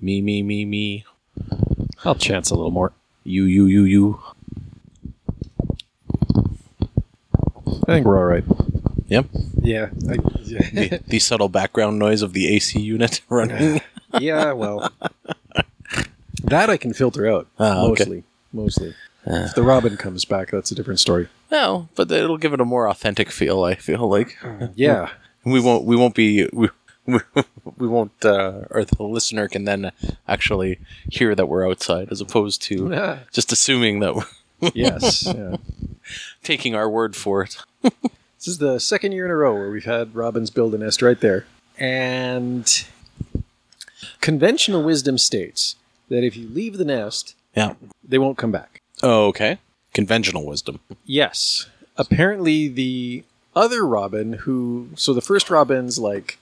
me, me, me, me. I'll chance a little more. You, you, you, you. I think we're all right. Yep. Yeah. I, yeah. The, the subtle background noise of the AC unit running. yeah, well. That I can filter out. Ah, okay. mostly. Mostly. Ah. If the Robin comes back, that's a different story. No, but it'll give it a more authentic feel. I feel like Yeah. we won't. We won't be. We, we, we won't. Uh, or the listener can then actually hear that we're outside, as opposed to just assuming that we're yes. Yeah. taking our word for it. This is the second year in a row where we've had Robin's build a nest right there. And conventional wisdom states that if you leave the nest, Yeah. they won't come back. Oh, okay. Conventional wisdom. Yes. Apparently, the other Robin who. So the first Robin's like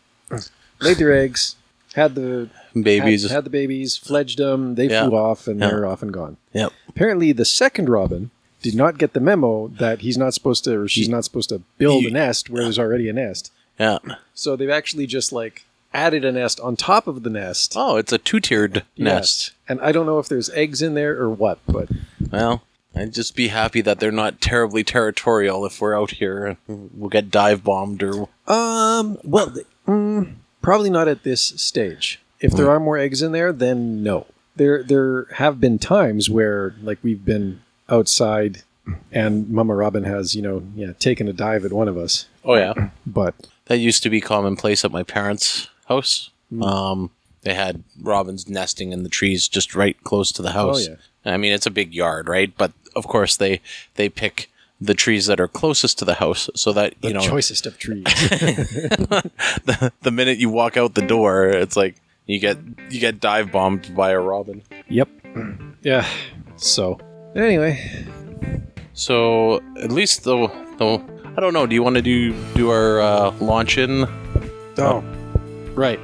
laid their eggs, had the Babies. had, had the babies, fledged them, they Yeah. flew off, and Yeah. they're off and gone. Yep. Apparently, the second Robin did not get the memo that he's not supposed to, or she's not supposed to build a Ye- nest where there's already a nest. Yeah. So they've actually just like added a nest on top of the nest. Oh, it's a two-tiered Yes. nest. And I don't know if there's eggs in there or what, but Well, I'd just be happy that they're not terribly territorial if we're out here and we'll get dive bombed or um, well, th- mm, probably not at this stage. If there are more eggs in there, then no. There, there have been times where like we've been outside, and Mama Robin has you know yeah taken a dive at one of us, Oh yeah. but That used to be commonplace at my parents' house. Um they had robins nesting in the trees just right close to the house. Oh, I mean, it's a big yard, right? But of course they they pick the trees that are closest to the house so that, you the know, choicest of trees. the, the minute you walk out the door, it's like you get you get dive bombed by a robin. yep. Yeah. So anyway, So at least though, though I don't know. Do you want to do do our uh, launch in? oh, right.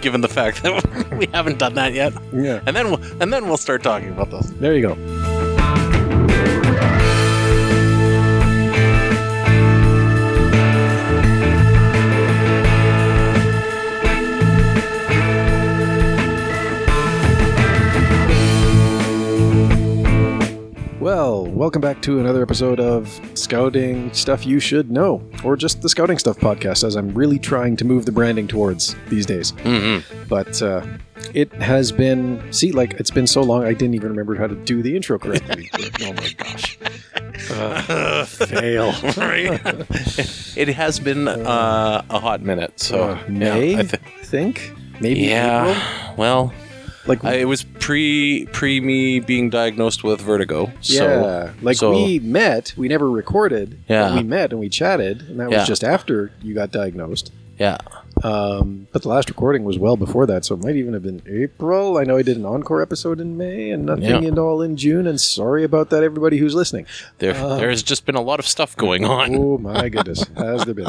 Given the fact that we haven't done that yet, Yeah. and then we'll, and then we'll start talking about this. There you go. Well, welcome back to another episode of Scouting Stuff You Should Know, or just the Scouting Stuff podcast, as I'm really trying to move the branding towards these days Mm-hmm. but uh, it has been see like it's been so long i didn't even remember how to do the intro correctly oh my gosh uh, fail it has been uh, a hot minute, so Uh, yeah, may I i thi- think maybe April? yeah. Well, like I, it was pre pre me being diagnosed with vertigo. So yeah like so- we met we never recorded but Yeah. we met and we chatted and that Yeah. was just after you got diagnosed yeah, um, but the last recording was well before that so it might even have been april i know i did an encore episode in may and nothing Yeah. at all in june and sorry about that everybody who's listening there Uh, there has just been a lot of stuff going on. Oh my goodness, has there been?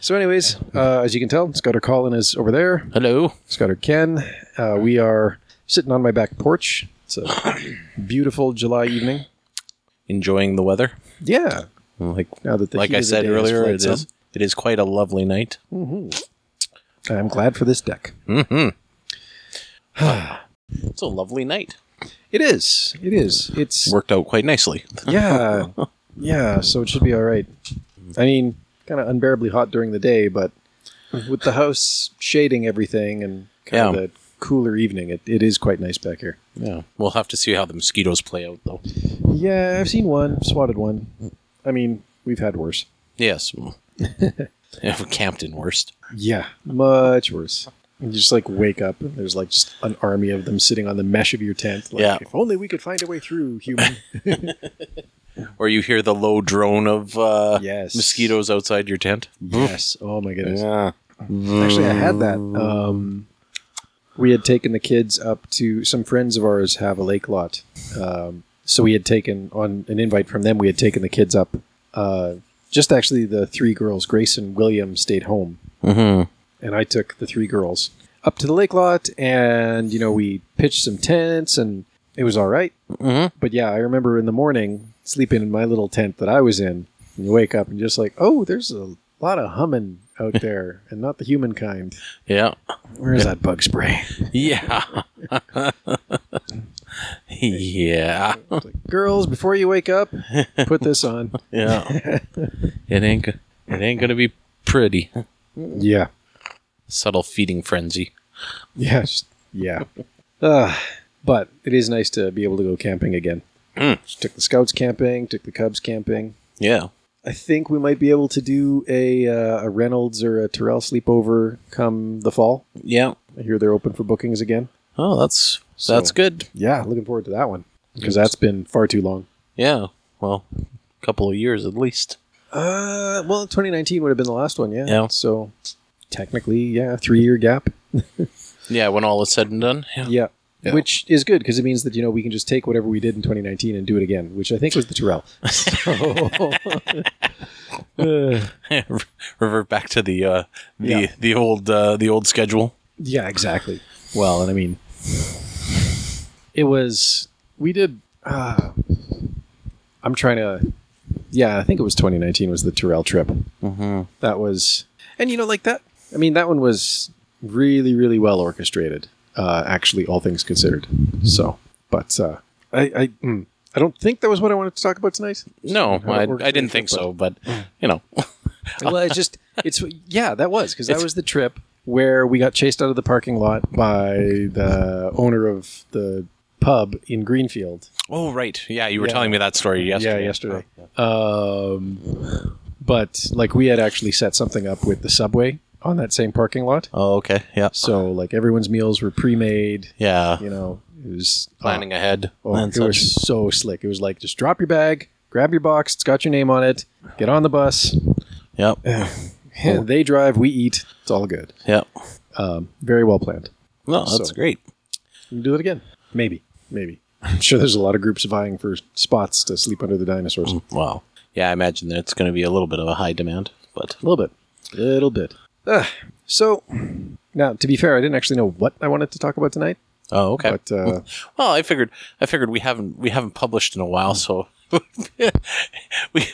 So, anyways, uh, as you can tell, Scouter Colin is over there. Hello. Scouter Ken, uh, we are sitting on my back porch. It's a beautiful July evening. Enjoying the weather. Yeah. Like Now that the like heat I of the said day has earlier, fled it some. is it is quite a lovely night. I'm glad for this deck. It's a lovely night. It is. It is. It's Worked out quite nicely. yeah, yeah. So it should be all right. I mean, kind of unbearably hot during the day, but with the house shading everything and kind Yeah. of the cooler evening, it, it is quite nice back here. Yeah. We'll have to see how the mosquitoes play out though. Yeah, I've seen one, swatted one. I mean, we've had worse. Yes. Yeah, for Campton worst. Yeah, much worse. You just like wake up and there's like just an army of them sitting on the mesh of your tent. Like, Yeah. If only we could find a way through, human. Or you hear the low drone of uh, Yes. mosquitoes outside your tent. yes. Oh my goodness. Yeah. Actually, I had that. Um, we had taken the kids up to some friends of ours have a lake lot. Um, so we had taken on an invite from them. We had taken the kids up. Uh, just actually, the three girls, Grace and William, stayed home. Mm-hmm. and I took the three girls up to the lake lot, and you know we pitched some tents, and it was all right. Mm-hmm. But yeah, I remember in the morning sleeping in my little tent that I was in, and you wake up and you're just like, oh, there's a lot of humming out there, and not the humankind. Yeah. Where is that bug spray? Yeah. yeah. It's like, Girls, before you wake up, put this on. Yeah. It ain't go- it ain't gonna be pretty. Yeah, Subtle feeding frenzy. yes, yeah. Uh, but it is nice to be able to go camping again. Mm. Just took the scouts camping, took the cubs camping. Yeah. I think we might be able to do a uh, a Reynolds or a Terrell sleepover come the fall. Yeah. I hear they're open for bookings again. Oh, that's that's So- good. Yeah, looking forward to that one because that's been far too long. Yeah. Well, a couple of years at least. Uh, well, 2019 would have been the last one, yeah. Yeah. So technically, yeah, three year gap. Yeah, when all is said and done. Yeah. Yeah. Yeah. Which is good because it means that you know we can just take whatever we did in 2019 and do it again, which I think was the Terrell. So, uh, Revert back to the uh the Yeah. the old uh the old schedule. yeah, exactly. Well, and I mean, it was we did. Uh, I'm trying to. Yeah, I think it was 2019 was the Terrell trip. Mm-hmm. that was and you know like that i mean that one was really really well orchestrated uh actually all things considered so but uh i i mm, i don't think that was what i wanted to talk about tonight No, How it I, works I didn't for think yourself, so, but you know. well it's just it's yeah that was because that It's- was the trip where we got chased out of the parking lot by the owner of the pub in greenfield Oh right. Yeah, you were Yeah. telling me that story yesterday. Yeah, yesterday. um but like we had actually set something up with the subway on that same parking lot Oh, okay. Yeah. So like everyone's meals were pre-made. Yeah. You know, it was Planning ahead. Oh, and it was so slick. It was like just drop your bag, grab your box. It's got your name on it. Get on the bus. Yep. and They drive. We eat. It's all good. Yep. Um, very well planned. Well, that's So- great. We can do it again. Maybe. Maybe. I'm sure there's a lot of groups vying for spots to sleep under the dinosaurs. Wow. Yeah, I imagine that it's going to be a little bit of a high demand, but A little bit. A little bit. Ugh. so now, to be fair, I didn't actually know what I wanted to talk about tonight, oh, okay. but uh, well, I figured I figured we haven't we haven't published in a while, so we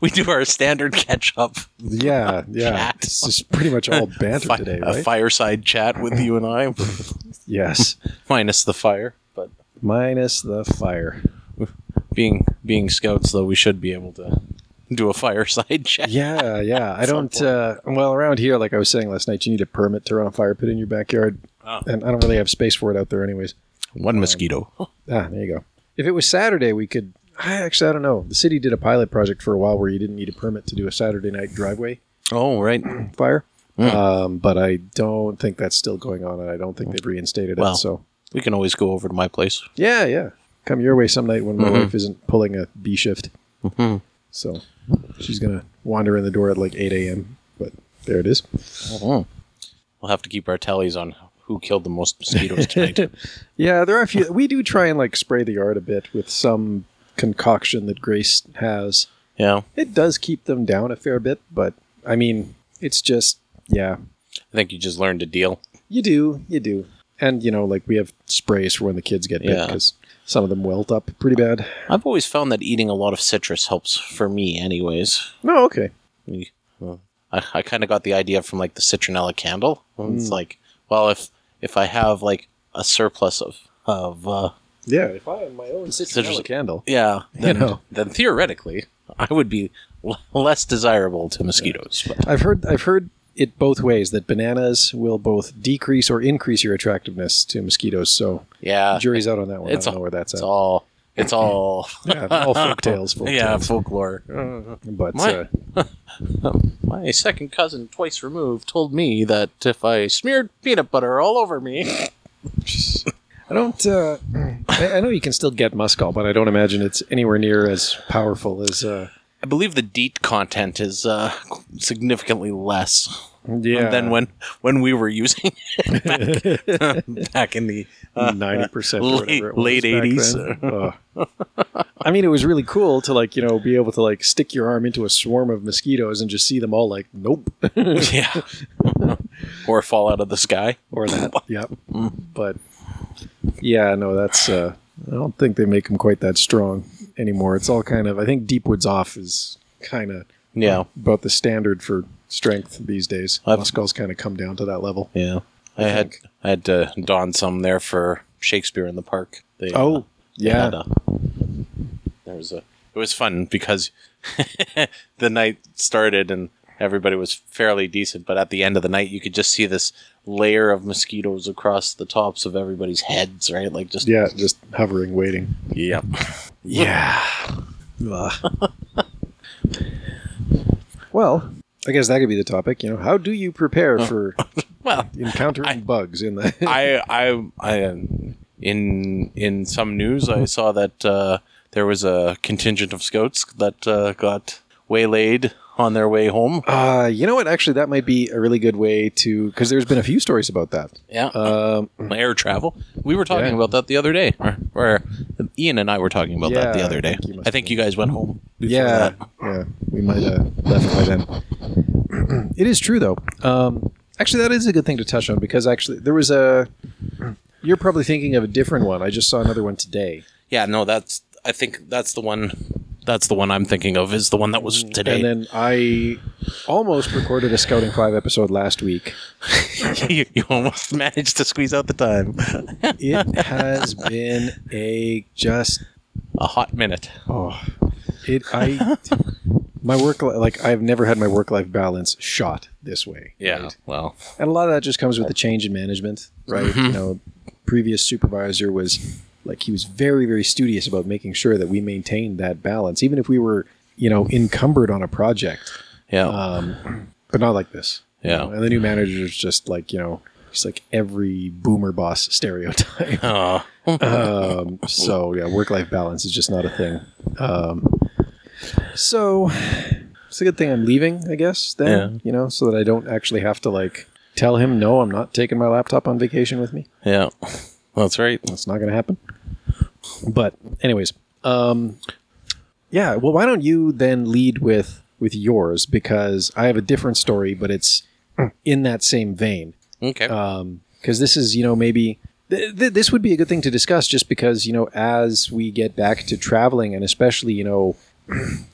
we do our standard catch up yeah, yeah, Chat. this is pretty much all banter fi- today, a right? fireside chat with you and I, Yes. minus the fire. But Minus the fire. being being scouts, though, we should be able to do a fireside chat. Yeah, yeah. I don't. Uh, well, around here, like I was saying last night, you need a permit to run a fire pit in your backyard, Oh. and I don't really have space for it out there, anyways. One mosquito. Ah, there you go. If it was Saturday, we could. I actually, I don't know. The city did a pilot project for a while where you didn't need a permit to do a Saturday night driveway Oh, right. fire, Mm. um, but I don't think that's still going on, and I don't think they've reinstated Well. it. So We can always go over to my place. yeah, yeah. Come your way some night when my wife isn't pulling a B shift, Mhm. so she's gonna wander in the door at like eight a.m. But there it is. Mm-hmm. We'll have to keep our tallies on who killed the most mosquitoes tonight. Yeah, there are a few. We do try and like spray the yard a bit with some concoction that Grace has. yeah. It does keep them down a fair bit, but I mean, it's just yeah, I think you just learned to deal. you do, you do, and you know, like we have sprays for when the kids get bit Yeah. because some of them welt up pretty bad. I've always found that eating a lot of citrus helps for me, anyways. No, okay, I, I kind of got the idea from like the citronella candle. It's like, well, if if I have like a surplus of of uh, yeah. If I have my own citronella Citrus- candle, yeah, then, know. then theoretically I would be l- less desirable to mosquitoes. But I've heard, I've heard it both ways that bananas will both decrease or increase your attractiveness to mosquitoes. So yeah, jury's out on that one. Uh, it's I don't know all- where that's it's at. all it's all yeah, all folk tales, folk yeah tales. folklore. But My- uh, My second cousin, twice removed, told me that if I smeared peanut butter all over me, I don't. Uh, I, I know you can still get muscal, but I don't imagine it's anywhere near as powerful as. Uh, I believe the DEET content is uh, significantly less yeah. than when when we were using it back, back in the uh, ninety percent late- late 80s. I mean, it was really cool to like you know be able to like stick your arm into a swarm of mosquitoes and just see them all like nope yeah, or fall out of the sky. or that yep. But yeah, no, that's. Uh, I don't think they make them quite that strong anymore. It's all kind of. I think Deepwood's off is kind of Yeah, about the standard for strength these days. I've- Muscle's kind of come down to that level. Yeah, I, had I had to don some there for Shakespeare in the Park. They, uh, Oh, they yeah. had a- there was a. It was fun because the night started and everybody was fairly decent, but at the end of the night, you could just see this layer of mosquitoes across the tops of everybody's heads, right? Like just Yeah, just hovering, waiting. Yep. Yeah. well, I guess that could be the topic. You know, how do you prepare for Well, encountering I- bugs in the? I I I um, in in some news I saw that uh, there was a contingent of scouts that uh, got waylaid on their way home. uh, you know what? Actually, that might be a really good way to because there's been a few stories about that. Yeah, Um, air travel. We were talking yeah. about that the other day, or, or Ian and I were talking about that the Yeah, other I day. think you must I think you guys went home. before yeah, that. yeah, we might have left by then. it is true though. Um, actually, that is a good thing to touch on because actually there was a. You're probably thinking of a different one. I just saw another one today. yeah. No, that's. I think that's the one. That's the one I'm thinking of. Is the one that was today. Mm, And then I almost recorded a Scouting 5 episode last week. you, you almost managed to squeeze out the time. It has been a just a hot minute. oh it I my work li- like I've never had my work life balance shot this way. Yeah. right? Well. And a lot of that just comes with the change in management, right? You know, previous supervisor was like he was very very studious about making sure that we maintained that balance even if we were, you know, encumbered on a project. Yeah. um, but not like this. you Yeah. know? And the new manager is just like you know, he's like every boomer boss stereotype. Oh, um, so yeah, work life balance is just not a thing. Um, so it's a good thing I'm leaving, I guess. Then Yeah. you know, so that I don't actually have to like tell him no, I'm not taking my laptop on vacation with me. yeah. That's right. That's not going to happen. But anyways, um, yeah. Well, why don't you then lead with with yours because I have a different story, but it's in that same vein. Okay. Because this is you know maybe th- th- this would be a good thing to discuss just because you know as we get back to traveling and especially you know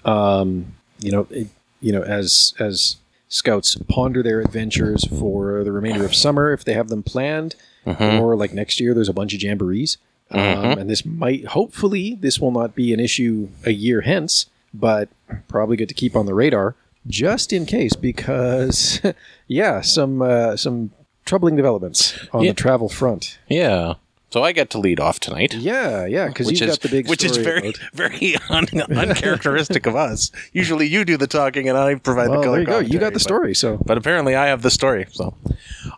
um, you know it, you know as as scouts ponder their adventures for the remainder of summer if they have them planned or like next year there's a bunch of jamborees um, and this might hopefully this will not be an issue a year hence but probably good to keep on the radar just in case because yeah some uh, some troubling developments on Yeah. the travel front yeah. So I get to lead off tonight. yeah yeah because Which you've is got the big which is story very about- very un- uncharacteristic of us. Usually you do the talking and I provide well, the color. Oh, there you go you got the commentary, but- story so but apparently I have the story. So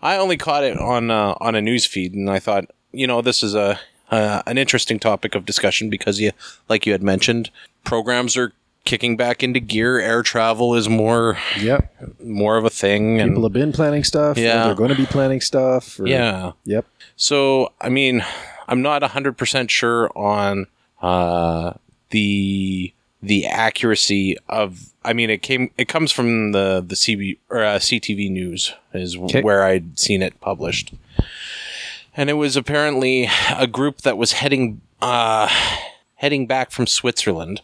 I only caught it on uh, on a news feed, and I thought, you know, this is a uh, an interesting topic of discussion because you, like you had mentioned, programs are kicking back into gear. Air travel is more yeah more of a thing, and people have been planning stuff or Yeah. they're going to be planning stuff or- yeah, yep So, I mean, I'm not 100% sure on uh, the the accuracy of I mean, it came it comes from the the CB or uh, CTV news is Okay. where I'd seen it published. And it was apparently a group that was heading uh, heading back from Switzerland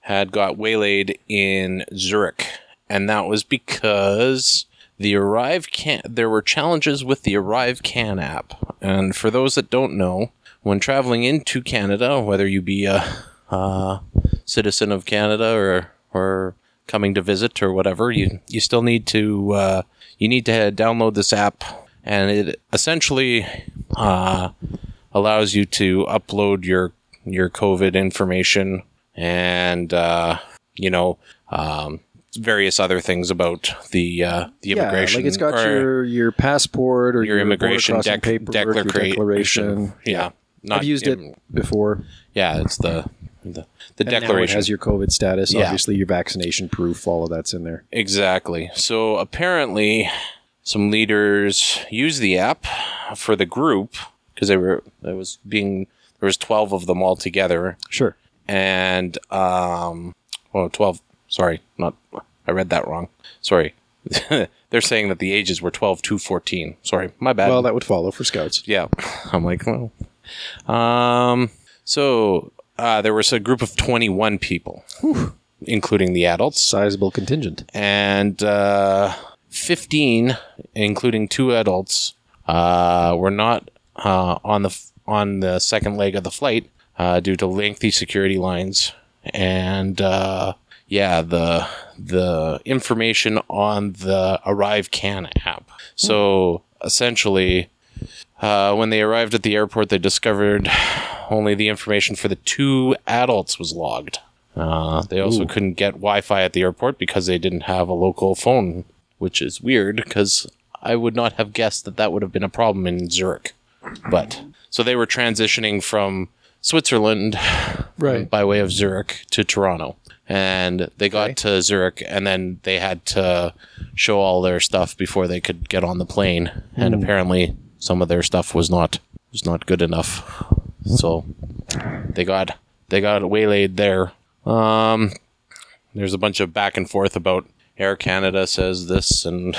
had got waylaid in Zurich, and that was because the Arrive Can there were challenges with the Arrive Can app. And for those that don't know, when traveling into Canada, whether you be a, uh citizen of Canada or or coming to visit or whatever, you you still need to uh, you need to download this app, and it essentially. Uh, allows you to upload your your COVID information and uh, you know um, various other things about the uh, the immigration. like it's got or your your passport or your immigration border crossing dec- paperwork, your declaration. declaration. Yeah, not I've used it im- before. Yeah, it's the the, the And now it declaration. has your COVID status. Yeah. Obviously, your vaccination proof. All of that's in there. Exactly. So apparently, some leaders used the app for the group because they were there was being there was twelve of them all together. Sure. and um well 12 sorry not i read that wrong sorry they're saying that the ages were 12 to 14 sorry my bad Well, that would follow for scouts. yeah i'm like well um so uh, there was a group of 21 people including the adults, Sizable contingent. and uh, 15, including two adults, uh, were not uh, on the on the second leg of the flight uh, due to lengthy security lines. And uh, yeah, the the information on the Arrive Can app. So essentially, uh, when they arrived at the airport, they discovered only the information for the two adults was logged. Uh, they also couldn't get Wi Fi at the airport because they didn't have a local phone, which is weird because I would not have guessed that that would have been a problem in Zurich. But so they were transitioning from Switzerland Right. um, by way of Zurich to Toronto. And they got to Zurich and then they had to show all their stuff before they could get on the plane. And apparently some of their stuff was not was not good enough. So they got they got waylaid there. Um there's a bunch of back and forth about Air Canada says this and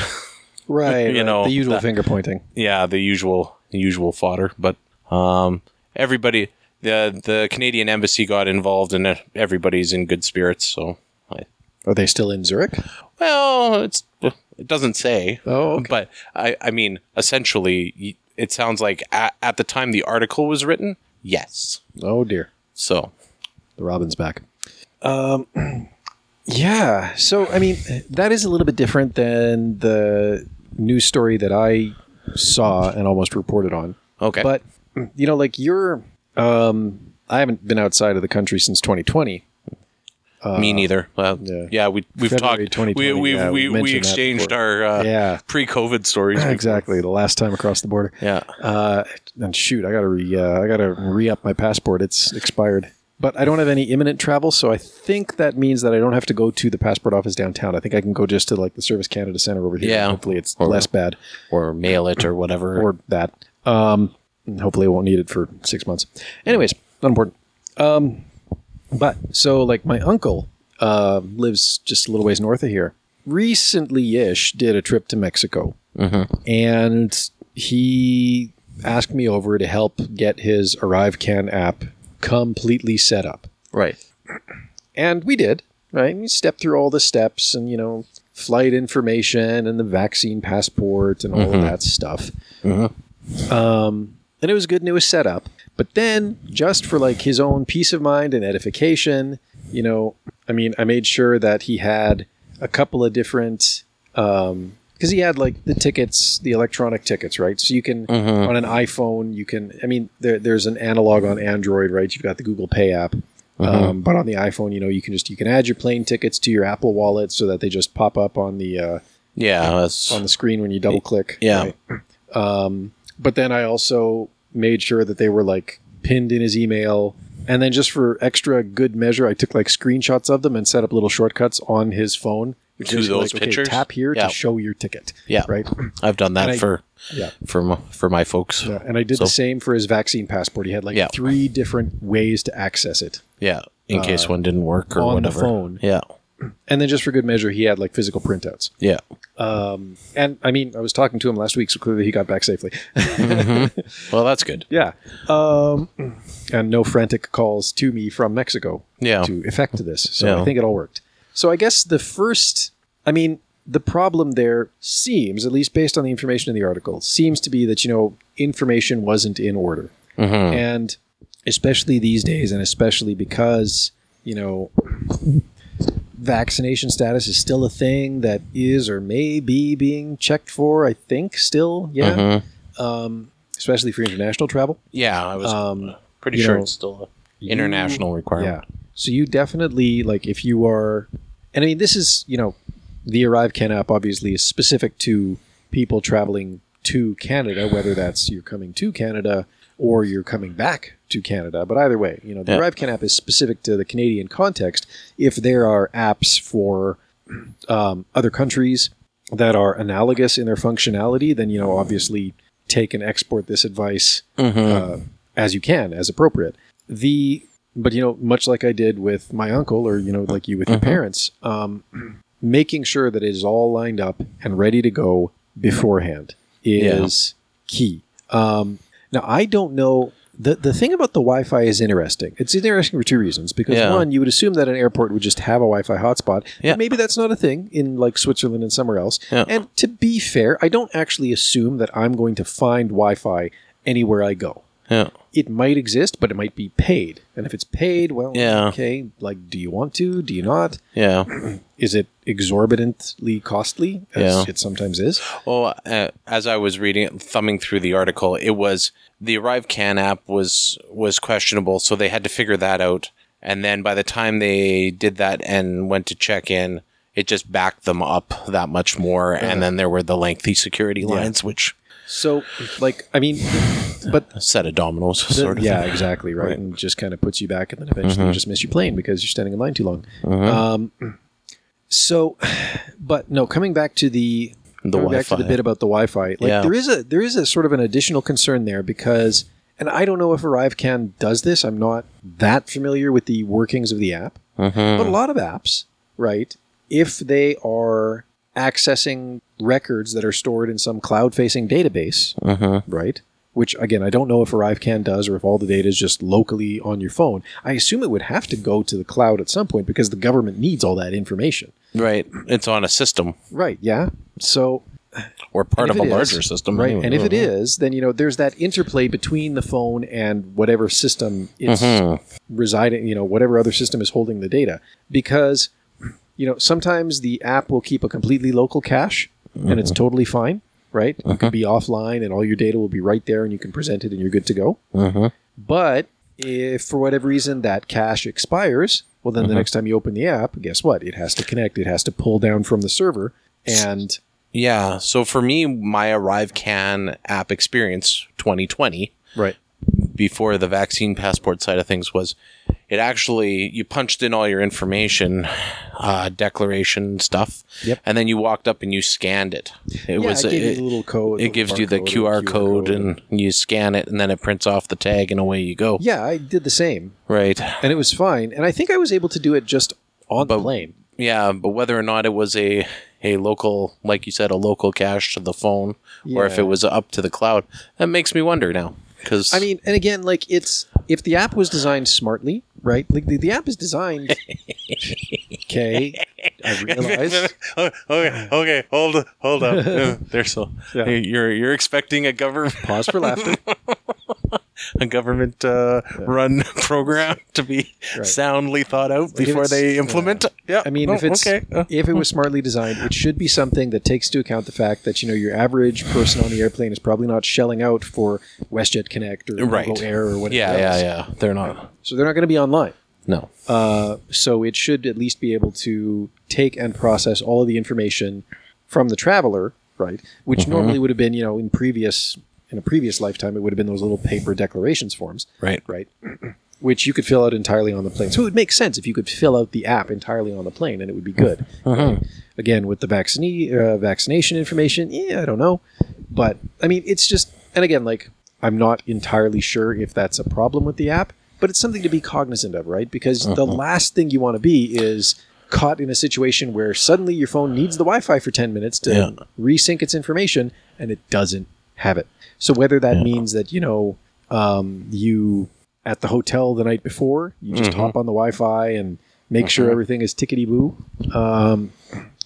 Right. You right. know, the usual that- finger pointing. yeah, the usual usual fodder. But um, everybody, the the Canadian embassy got involved, and uh, everybody's in good spirits. So, I, Are they still in Zurich? well, it's it doesn't say, Oh, okay. but I I mean, essentially, y- it sounds like at, at the time the article was written, yes. Oh dear. So The Robin's back. Um, yeah. So I mean, that is a little bit different than the news story that I saw and almost reported on. okay, But you know, like you're, um, I haven't been outside of the country since 2020. me neither. Well, uh, yeah. yeah. we we've February talked. 2020, We we yeah, we we, mentioned we that exchanged before. our uh, Yeah. pre-COVID stories. Exactly. The last time across the border. Yeah. Uh, and shoot, I gotta re, uh, I gotta re up my passport. It's expired. But I don't have any imminent travel, so I think that means that I don't have to go to the passport office downtown. I think I can go just to like the Service Canada Center over here. Yeah. Hopefully, it's Or- less bad Or mail it or whatever. or that. Um, and hopefully, I won't need it for six months. Anyways, not important. Um, but so, like, my uncle uh, lives just a little ways north of here. Recently ish, did a trip to Mexico. And he asked me over to help get his Arrive Can app completely set up right. and we did right we stepped through all the steps and you know flight information and the vaccine passport and all of that stuff um, and it was good and it was set up but then just for like his own peace of mind and edification you know i mean i made sure that he had a couple of different um because he had like the tickets the electronic tickets right so you can on an iphone you can i mean there, there's an analog on android right you've got the google pay app Uh-huh. um, but on the iphone you know you can just you can add your plane tickets to your apple wallet so that they just pop up on the uh, Yeah. That's, on the screen when you double click Yeah. um, but then i also made sure that they were like pinned in his email and then just for extra good measure i took like screenshots of them and set up little shortcuts on his phone which To is those like, okay, pictures? tap here Yeah. to show your ticket Yeah. right I've done that And I- for yeah for my, for my folks. Yeah, and I did the So- same for his vaccine passport. He had like Yeah. three different ways to access it. Yeah, in case one didn't work or Uh, on the whatever. phone. Yeah, And then just for good measure, he had like physical printouts. yeah, And I mean, I was talking to him last week, so clearly he got back safely. well, that's good. yeah. Um, and no frantic calls to me from Mexico Yeah. to effect this. So I Yeah. think it all worked. So I guess the first, I mean, the problem there seems, at least based on the information in the article, seems to be that, you know, information wasn't in order. And especially these days, and especially because, you know, vaccination status is still a thing that is or may be being checked for, I think, still. Yeah. Um, especially for international travel. Yeah, I was Um, pretty you sure know, it's still an international Yeah. requirement. So you definitely like if you are, and I mean this is you know, the arrive can app obviously is specific to people traveling to Canada, whether that's you're coming to Canada or you're coming back to Canada. But either way, you know the Yeah. arrive can app is specific to the Canadian context. If there are apps for um, other countries that are analogous in their functionality, then you know obviously take and export this advice uh, as you can, as appropriate. The but you know, much like I did with my uncle, or you know, like you with your parents, um, making sure that it is all lined up and ready to go beforehand is key. Um, now I don't know. The the thing about the Wi-Fi is interesting. It's interesting for two reasons. Because Yeah. one, you would assume that an airport would just have a Wi-Fi hotspot. but Yeah. Maybe that's not a thing in like Switzerland and somewhere else. Yeah. And to be fair, I don't actually assume that I'm going to find Wi-Fi anywhere I go. Yeah. It might exist, but it might be paid. And if it's paid, well, Yeah. okay. Like, do you want to? Do you not? Yeah. Is it exorbitantly costly? As Yeah. it sometimes is. Well, uh, as I was reading, thumbing through the article, it was the Arrive Can app was was questionable, so they had to figure that out. And then by the time they did that and went to check in, it just backed them up that much more. And then there were the lengthy security lines, which So, like, I mean, but set of dominoes, The- sort of. yeah, thing. Mm-hmm. exactly, right? And just kind of puts you back, and then eventually you just miss your plane because you're standing in line too long. Um, so, but no, coming back to the The coming back to the Wi-Fi. bit about the Wi-Fi, like Yeah. there is a there is a sort of an additional concern there because, and I don't know if ArriveCan does this. I'm not that familiar with the workings of the app, but a lot of apps, right? If they are accessing records that are stored in some cloud-facing database, right? Which again, I don't know if ArriveCan does or if all the data is just locally on your phone. I assume it would have to go to the cloud at some point because the government needs all that information. Right. It's on a system Right, yeah. So or part of and a if it is- larger system. Right. And if it is, then you know there's that interplay between the phone and whatever system it's residing, you know, whatever other system is holding the data. Because you know, sometimes the app will keep a completely local cache and it's totally fine, right? You could be offline and all your data will be right there and you can present it and you're good to go. But if for whatever reason that cache expires, well, then the next time you open the app, guess what? It has to connect. It has to pull down from the server, and Yeah. So for me, my Arrive Can app experience 2020 right, before the vaccine passport side of things was it actually you punched in all your information uh, declaration stuff Yep. and then you walked up and you scanned it Yeah, it was it gave you it, the little code, it little gives you the barcode qr, or code, and you scan it and then it prints off the tag and away you go Yeah, I did the same, right and it was fine. And I think I was able to do it just on the plane. yeah but whether or not it was a a local like you said a local cache to the phone or if Yeah. it was up to the cloud that makes me wonder now because I mean, and again, like it's if the app was designed smartly, right? Like the, the app is designed. Okay, I realize. okay, okay, hold hold up. There's so Yeah. you're you're expecting a government Pause for laughter. a government uh, run program to be Right. soundly thought out before it's- they implement. it? Yeah, I mean, Oh, if it's okay. Uh, if it was smartly designed, it should be something that takes into account the fact that you know your average person on the airplane is probably not shelling out for WestJet Connect or Right. Google Air or whatever. yeah, else. yeah, yeah. They're not. So they're not going to be online. No. Uh, so it should at least be able to take and process all of the information from the traveler, right? Which normally would have been, you know, in previous in a previous lifetime, it would have been those little paper declarations forms, Right. right? Which you could fill out entirely on the plane. So it would make sense if you could fill out the app entirely on the plane, and it would be good. Again, with the vaccine uh, vaccination information, yeah, I don't know, but I mean, it's just, and again, like I'm not entirely sure if that's a problem with the app, but it's something to be cognizant of, right? Because the last thing you want to be is caught in a situation where suddenly your phone needs the Wi-Fi for 10 minutes to Yeah. resync its information, and it doesn't have it. So whether that means that you know um, you at the hotel the night before, you just Mm-hmm. hop on the Wi-Fi and make sure everything is tickety boo, um,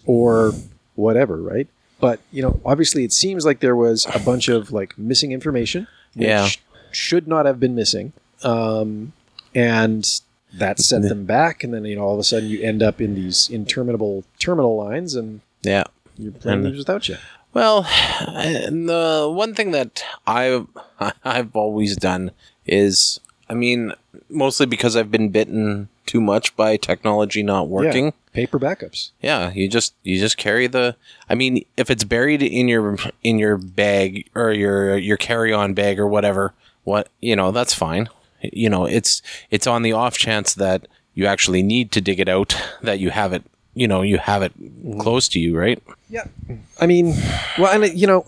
or whatever, right? But you know, obviously, it seems like there was a bunch of like missing information, which Yeah. should not have been missing, um, and that set them back. And then you know, all of a sudden, you end up in these interminable terminal lines, and Yeah. your plane And- leaves without you. Well, and the one thing that I I've always done is, I mean, mostly because I've been bitten too much by technology not working. Yeah, paper backups. Yeah, you just you just carry the. I mean, if it's buried in your in your bag or your your carry on bag or whatever, what you know that's fine. You know, it's it's on the off chance that you actually need to dig it out that you have it. You know, you have it close to you, right? Yeah, I mean, well, and uh, you know,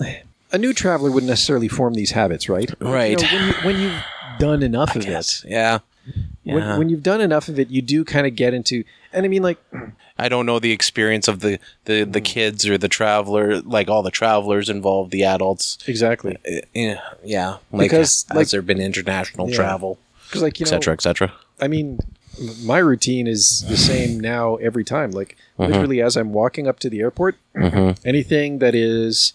a new traveler wouldn't necessarily form these habits, right? You know, Right. when, you, when you've done enough of it, Yeah. Yeah. when, when you've done enough of it, you do kind of get into. And I mean, like, I don't know the experience of the the, Hmm. the kids or the traveler, like all the travelers involved, the adults. Exactly. Eh, eh, Yeah, like Because, has like- there been international Yeah. travel, Because like you et know, cetera, et cetera? I mean, my routine is the same now every time. Like Uh-huh. literally, as I'm walking up to the airport, anything that is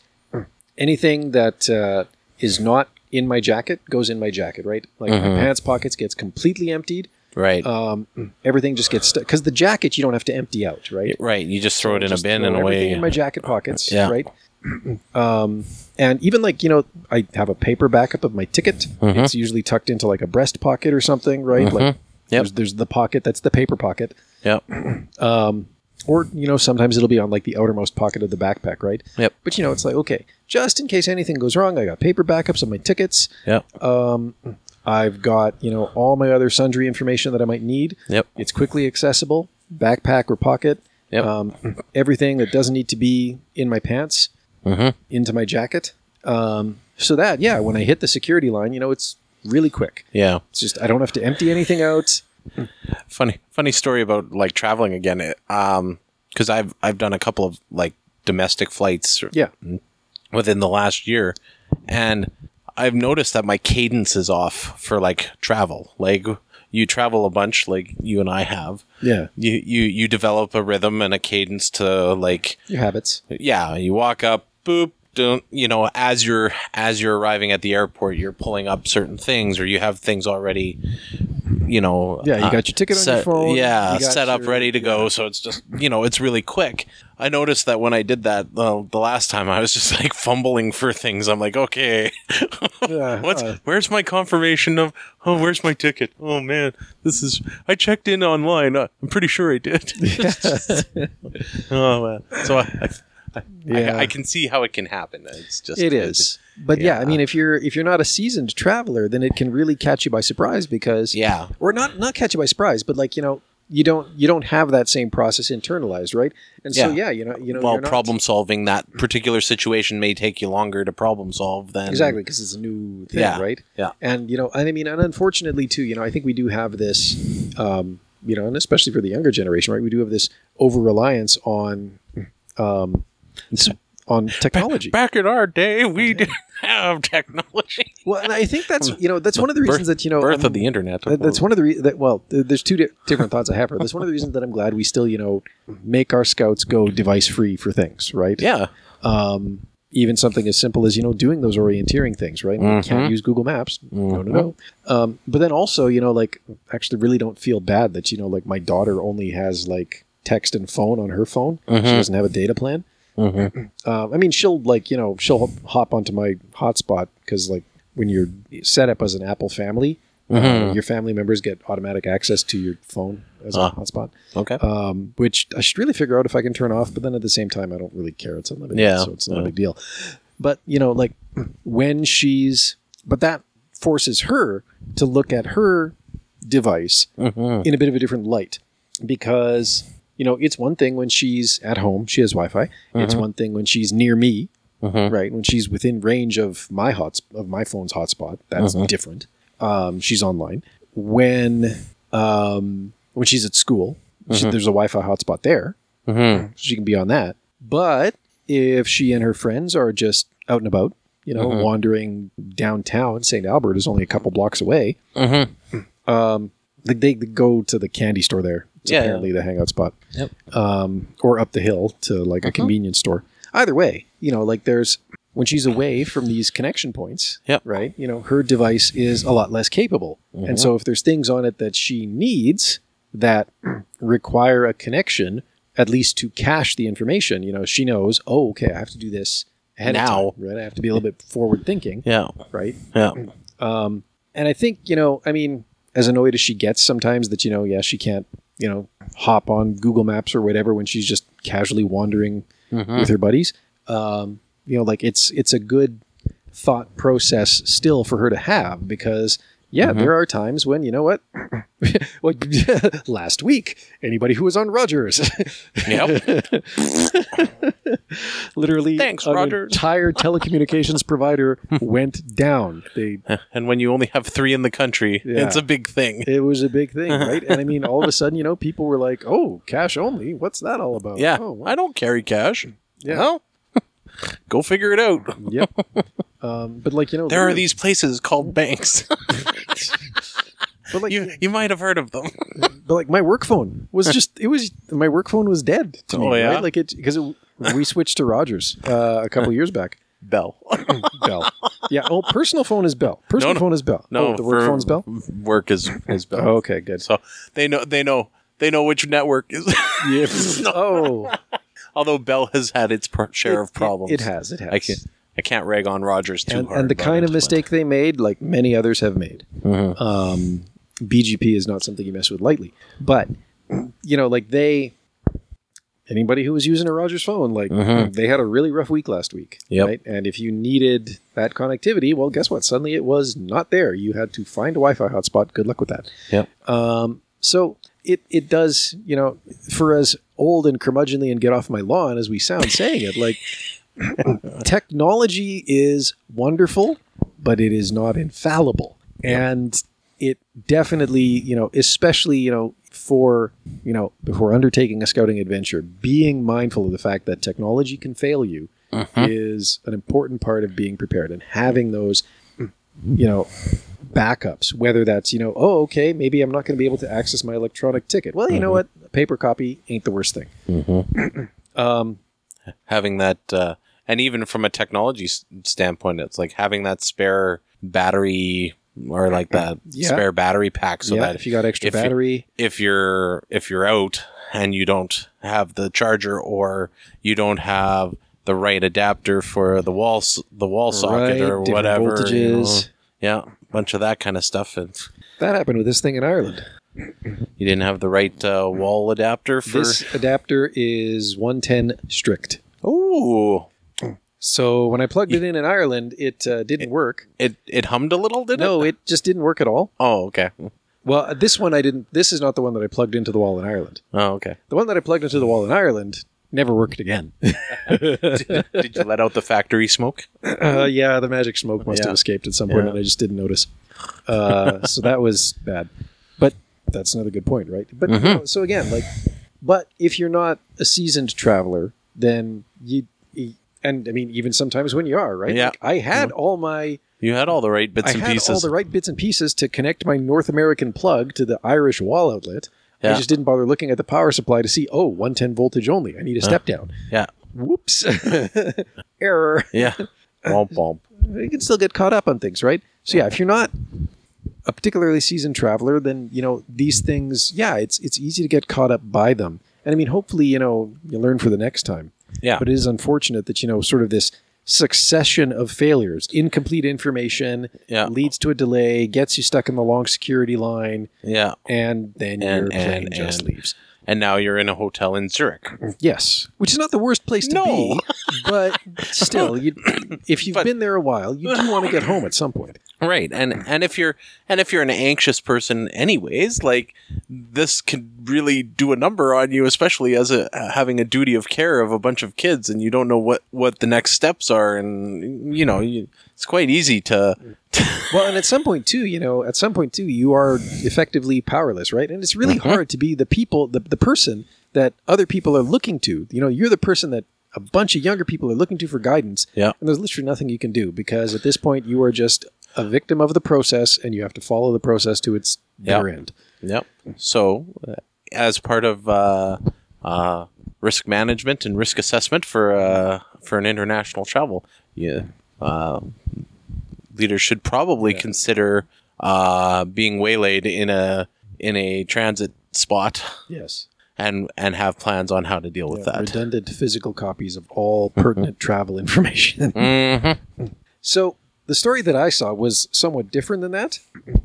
anything that uh, is not in my jacket goes in my jacket. Right, like Uh-huh. my pants pockets gets completely emptied. Right, Um, everything just gets stuck because the jacket you don't have to empty out. Right, right. You just throw it in a Just bin throw and everything away. in my jacket pockets. Yeah. right. um, and even like you know, I have a paper backup of my ticket. Mm-hmm. It's usually tucked into like a breast pocket or something. Right, like. Yep. There's, there's the pocket that's the paper pocket, Yep. or you know sometimes it'll be on like the outermost pocket of the backpack right Yep. but you know it's like okay just in case anything goes wrong i got paper backups of my tickets Yep. Uh, i've got you know all my other sundry information that i might need Yep. it's quickly accessible backpack or pocket Yep. um, everything that doesn't need to be in my pants into my jacket um, so that yeah when i hit the security line you know it's really quick yeah. it's just i don't have to empty anything out funny funny story about like traveling again It, um because i've i've done a couple of like domestic flights yeah within the last year and i've noticed that my cadence is off for like travel like you travel a bunch like you and i have yeah you you you develop a rhythm and a cadence to like your habits yeah you walk up boop don't you know as you're as you're arriving at the airport you're pulling up certain things or you have things already you know Yeah, you uh, got your ticket on set- your phone, yeah you got set up your- ready to go so it's just you know it's really quick i noticed that when i did that uh, the last time i was just like fumbling for things i'm like okay Yeah, what's uh, where's my confirmation of oh where's my ticket oh man this is i checked in online uh, i'm pretty sure i did oh man so i, I Yeah. I, I can see how it can happen. It's just it is but yeah. i yeah. mean if you're if you're not a seasoned traveler then it can really catch you by surprise because yeah, or not not catch you by surprise but like you know you don't you don't have that same process internalized right and so Yeah. yeah you know you know well, you're not- problem solving that particular situation may take you longer to problem solve than exactly because it's a new thing Yeah. right Yeah. and you know and i mean and unfortunately too you know i think we do have this um you know and especially for the younger generation right we do have this over reliance on um on technology Back in our day, we didn't have technology. well and i think that's you know that's one of the reasons that you know Birth I'm- of the internet. That, that's one of the re- that well, th- there's two di- different thoughts I have for. That's one of the reasons that I'm glad we still, you know, make our scouts go device free for things, right? Yeah, Um, even something as simple as you know doing those orienteering things, right? You can't use Google Maps. No, no, no. Um, but then also, you know, like actually, really don't feel bad that you know, like my daughter only has like text and phone on her phone. She doesn't have a data plan. Uh, I mean, she'll like you know she'll hop- hop onto my hotspot because like when you're set up as an Apple family, uh, your family members get automatic access to your phone as Ah. a hotspot. okay. Um, which I should really figure out if I can turn off, but then at the same time, I don't really care. It's unlimited, Yeah. so it's not a big deal. But you know, like when she's, but that forces her to look at her device Mm-hmm. in a bit of a different light because you know it's one thing when she's at home, she has Wi-Fi. It's Mm-hmm. one thing when she's near me, right? When she's within range of my hot of my phone's hotspot, that's Mm-hmm. different. Um, she's online when um, when she's at school. She, there's a Wi-Fi hotspot there, so she can be on that. But if she and her friends are just out and about, you know, wandering downtown, St. Albert is only a couple blocks away. Um, they, they go to the candy store there. It's Yeah, yeah. apparently the hangout spot Yep. um, or up the hill to like Mm-hmm. a convenience store. Either way, you know, like there's when she's away from these connection points, Yep. Mm-hmm. right? You know, her device is a lot less capable. And so if there's things on it that she needs that require a connection, at least to cache the information, you know, she knows, oh, okay, I have to do this ahead Now. of time, right? I have to be a little bit forward thinking, Yeah, right? yeah, Um, and I think, you know, I mean, as annoyed as she gets sometimes that, you know, yeah, she can't, you know, hop on Google Maps or whatever when she's just casually wandering Mm-hmm. with her buddies. Um, you know, like it's it's a good thought process still for her to have because, you Yeah, Mm-hmm. there are times when you know what. well, last week, anybody who was on Rogers, Yep. literally, Thanks, an Rogers. entire telecommunications provider went down. They and when you only have three in the country, Yeah. it's a big thing. it was a big thing, right? And I mean, all of a sudden, you know, people were like, "Oh, cash only? What's that all about?" Yeah. Oh, wow. I don't carry cash. Yeah. Well, go figure it out. yep. Um, but like you know, There are literally- these places called banks. But like, you you might have heard of them. but like my work phone was just it was my work phone was dead to me, Oh, yeah? right? Like it because it, we switched to Rogers uh, a couple years back. Bell. Bell. Yeah. Oh, personal phone is Bell. Personal no. phone is Bell. No, oh, the work for- phone's Bell. Work is is Bell. Oh, okay, good. So they know they know they know which network is. Oh, Although Bell has had its pro- share of problems. It has. It has. I can't I can't rag on Rogers too and, hard. and the about kind it, of but- mistake they made, like many others have made. Um, BGP is not something you mess with lightly. But you know, like they, anybody who was using a Rogers phone, like they had a really rough week last week, Yep. And if you needed that connectivity, well, guess what? Suddenly it was not there. You had to find a Wi-Fi hotspot. Good luck with that. Yep. Um, so. It, it does, you know, for as old and curmudgeonly and get off my lawn as we sound saying it, like technology is wonderful, but it is not infallible. And it definitely, you know, especially, you know, for, you know, before undertaking a scouting adventure, being mindful of the fact that technology can fail you is an important part of being prepared and having those, you know, backups, whether that's, you know, oh, okay, maybe I'm not going to be able to access my electronic ticket. Well, you know what? Mm-hmm. A paper copy ain't the worst thing. um, having that uh, and even from a technology s- standpoint it's like having that spare battery or like that Yeah. spare battery pack so yeah, that if you got extra if you- battery. if you're if you're out and you don't have the charger or you don't have the right adapter for the wall s- the wall socket or different whatever you know. voltages. yeah a bunch of that kind of stuff and That happened with this thing in Ireland. you didn't have the right uh, wall adapter for This adapter is 110 strict. oh So when I plugged it in in Ireland, it uh, didn't work. it it hummed a little did it No, it just didn't work at all. oh okay Well, this one I didn't. This is not the one that I plugged into the wall in Ireland. oh okay The one that I plugged into the wall in Ireland never worked again. did you let out the factory smoke Uh, yeah, the magic smoke must Yeah. have escaped at some point, Yeah. and I just didn't notice. Uh, so that was bad. But that's another good point, right? But Mm-hmm. you know, so again, like, but if you're not a seasoned traveler, then you, you- and I mean, even sometimes when you are, right? Yeah. Like, I had all my, You had all the right bits I and had pieces. all the right bits and pieces to connect my North American plug to the Irish wall outlet. I Yeah. just didn't bother looking at the power supply to see, oh, 110 voltage only. I need a step down. Yeah. Whoops. Error. Yeah. womp womp. you can still get caught up on things, right? So yeah, if you're not a particularly seasoned traveler, then you know these things. Yeah, it's it's easy to get caught up by them, and I mean, hopefully, you know, you learn for the next time. Yeah. But it is unfortunate that you know, sort of this succession of failures, incomplete information, Yeah. leads to a delay, gets you stuck in the long security line, Yeah. and then And- your plane and- just and. leaves. And now you're in a hotel in Zurich. Yes, which is not the worst place to No. be, but still, you, if you've But- been there a while, you do want to get home at some point. Right. And and if you're and if you're an anxious person anyways, like this can really do a number on you especially as a uh, having a duty of care of a bunch of kids and you don't know what what the next steps are and you know, you, it's quite easy to well, and at some point too, you know, at some point too, you are effectively powerless, right? And it's Mm-hmm. really hard to be the people, the, the person that other people are looking to. You know, you're the person that a bunch of younger people are looking to for guidance. Yeah. And there's literally nothing you can do because at this point you are just a victim of the process and you have to follow the process to its Yeah. bitter end. Yep. So, uh, as part of uh, uh, risk management and risk assessment for uh, for an international travel, yeah, uh, leaders should probably consider uh, being waylaid in a in a transit spot Yes. and and have plans on how to deal with that. Redundant physical copies of all pertinent travel information. Mhm. So the story that I saw was somewhat different than that,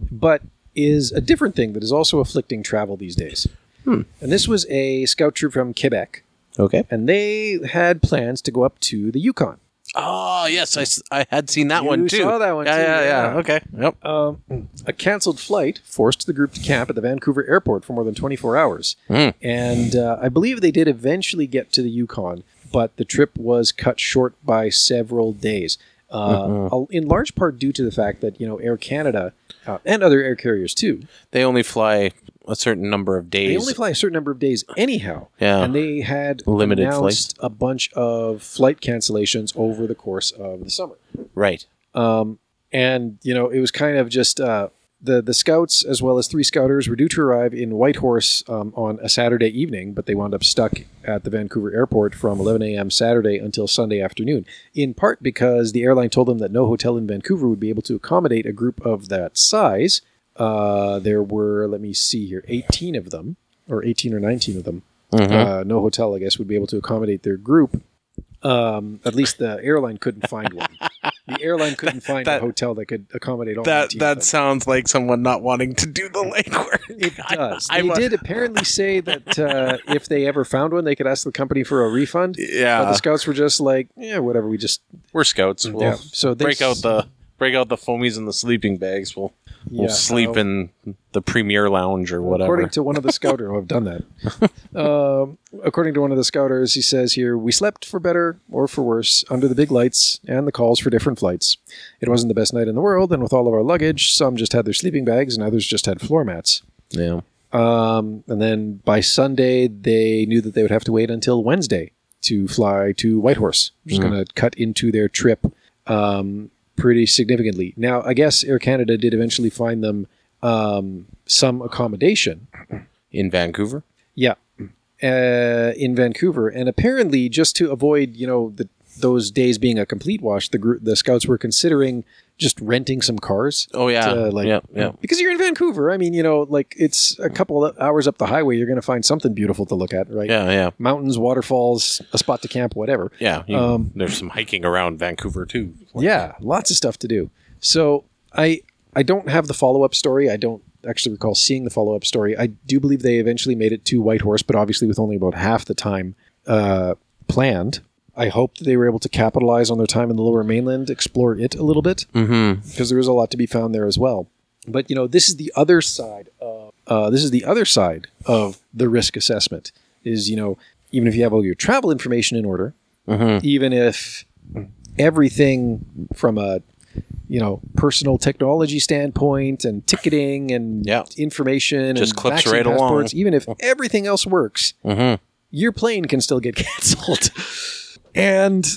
but is a different thing that is also afflicting travel these days. And this was a scout troop from Quebec, Okay. and they had plans to go up to the Yukon. Oh yes, I, s- I had seen that You one too. saw that one yeah, too, Yeah, yeah, yeah. Okay. Yep. Um, a canceled flight forced the group to camp at the Vancouver airport for more than 24 hours. Mm. And uh, I believe they did eventually get to the Yukon, but the trip was cut short by several days. Uh, Uh-huh. al- In large part due to the fact that, you know, Air Canada uh, and other air carriers too, They only fly a certain number of days. they only fly a certain number of days anyhow. Yeah. And they had Limited announced a bunch of flight cancellations over the course of the summer. right. Um, and you know, it was kind of just uh, the the scouts as well as three scouters were due to arrive in Whitehorse um, on a Saturday evening, but they wound up stuck at the Vancouver airport from 11 a.m. Saturday until Sunday afternoon. In part because the airline told them that no hotel in Vancouver would be able to accommodate a group of that size. Uh, there were, let me see here, 18 of them, or 18 or 19 of them. Mm-hmm. Uh, no hotel, I guess, would be able to accommodate their group. Um, at least the airline couldn't find one. The airline couldn't find a That- hotel that could accommodate all That 19 of that sounds like someone not wanting to do the legwork. them. It does. I- I they wa- did apparently say that uh, if they ever found one, they could ask the company for a refund. But Yeah. the scouts were just like, yeah, whatever. We just We're scouts. We'll yeah. So they break out s- the break out the foamies and the sleeping bags. We'll we'll yeah, sleep uh, in the premier lounge or whatever. According to one of the scouters who have done that, um, according to one of the scouters, he says here, we slept for better or for worse under the big lights and the calls for different flights. It wasn't the best night in the world, and with all of our luggage, some just had their sleeping bags and others just had floor mats. yeah. Um, and then by Sunday, they knew that they would have to wait until Wednesday to fly to Whitehorse, which is going to cut into their trip um, pretty significantly. Now, I guess Air Canada did eventually find them um, some accommodation. In Vancouver. Yeah, uh, in Vancouver, and apparently just to avoid you know the, those days being a complete wash, the group the scouts were considering just renting some cars. Oh yeah. to, like, yeah. Yeah. Mm. Because you're in Vancouver, I mean, you know, like it's a couple of hours up the highway, you're going to find something beautiful to look at, right? Yeah. Yeah. Mountains, waterfalls, a spot to camp, whatever. Yeah. you- Um, there's some hiking around Vancouver too. yeah, lots of stuff to do. So I I don't have the follow up story. I don't actually recall seeing the follow up story. I do believe they eventually made it to Whitehorse, but obviously with only about half the time uh, planned. I hope that they were able to capitalize on their time in the Lower Mainland, explore it a little bit, Mm-hmm. because there is a lot to be found there as well. But you know, this is the other side of uh, this is the other side of the risk assessment. Is you know, even if you have all your travel information in order, Mm-hmm. even if everything from a you know personal technology standpoint and ticketing and Yeah. information Just and clips vaccine right along. Oh. passports, even if everything else works Mm-hmm. your plane can still get canceled and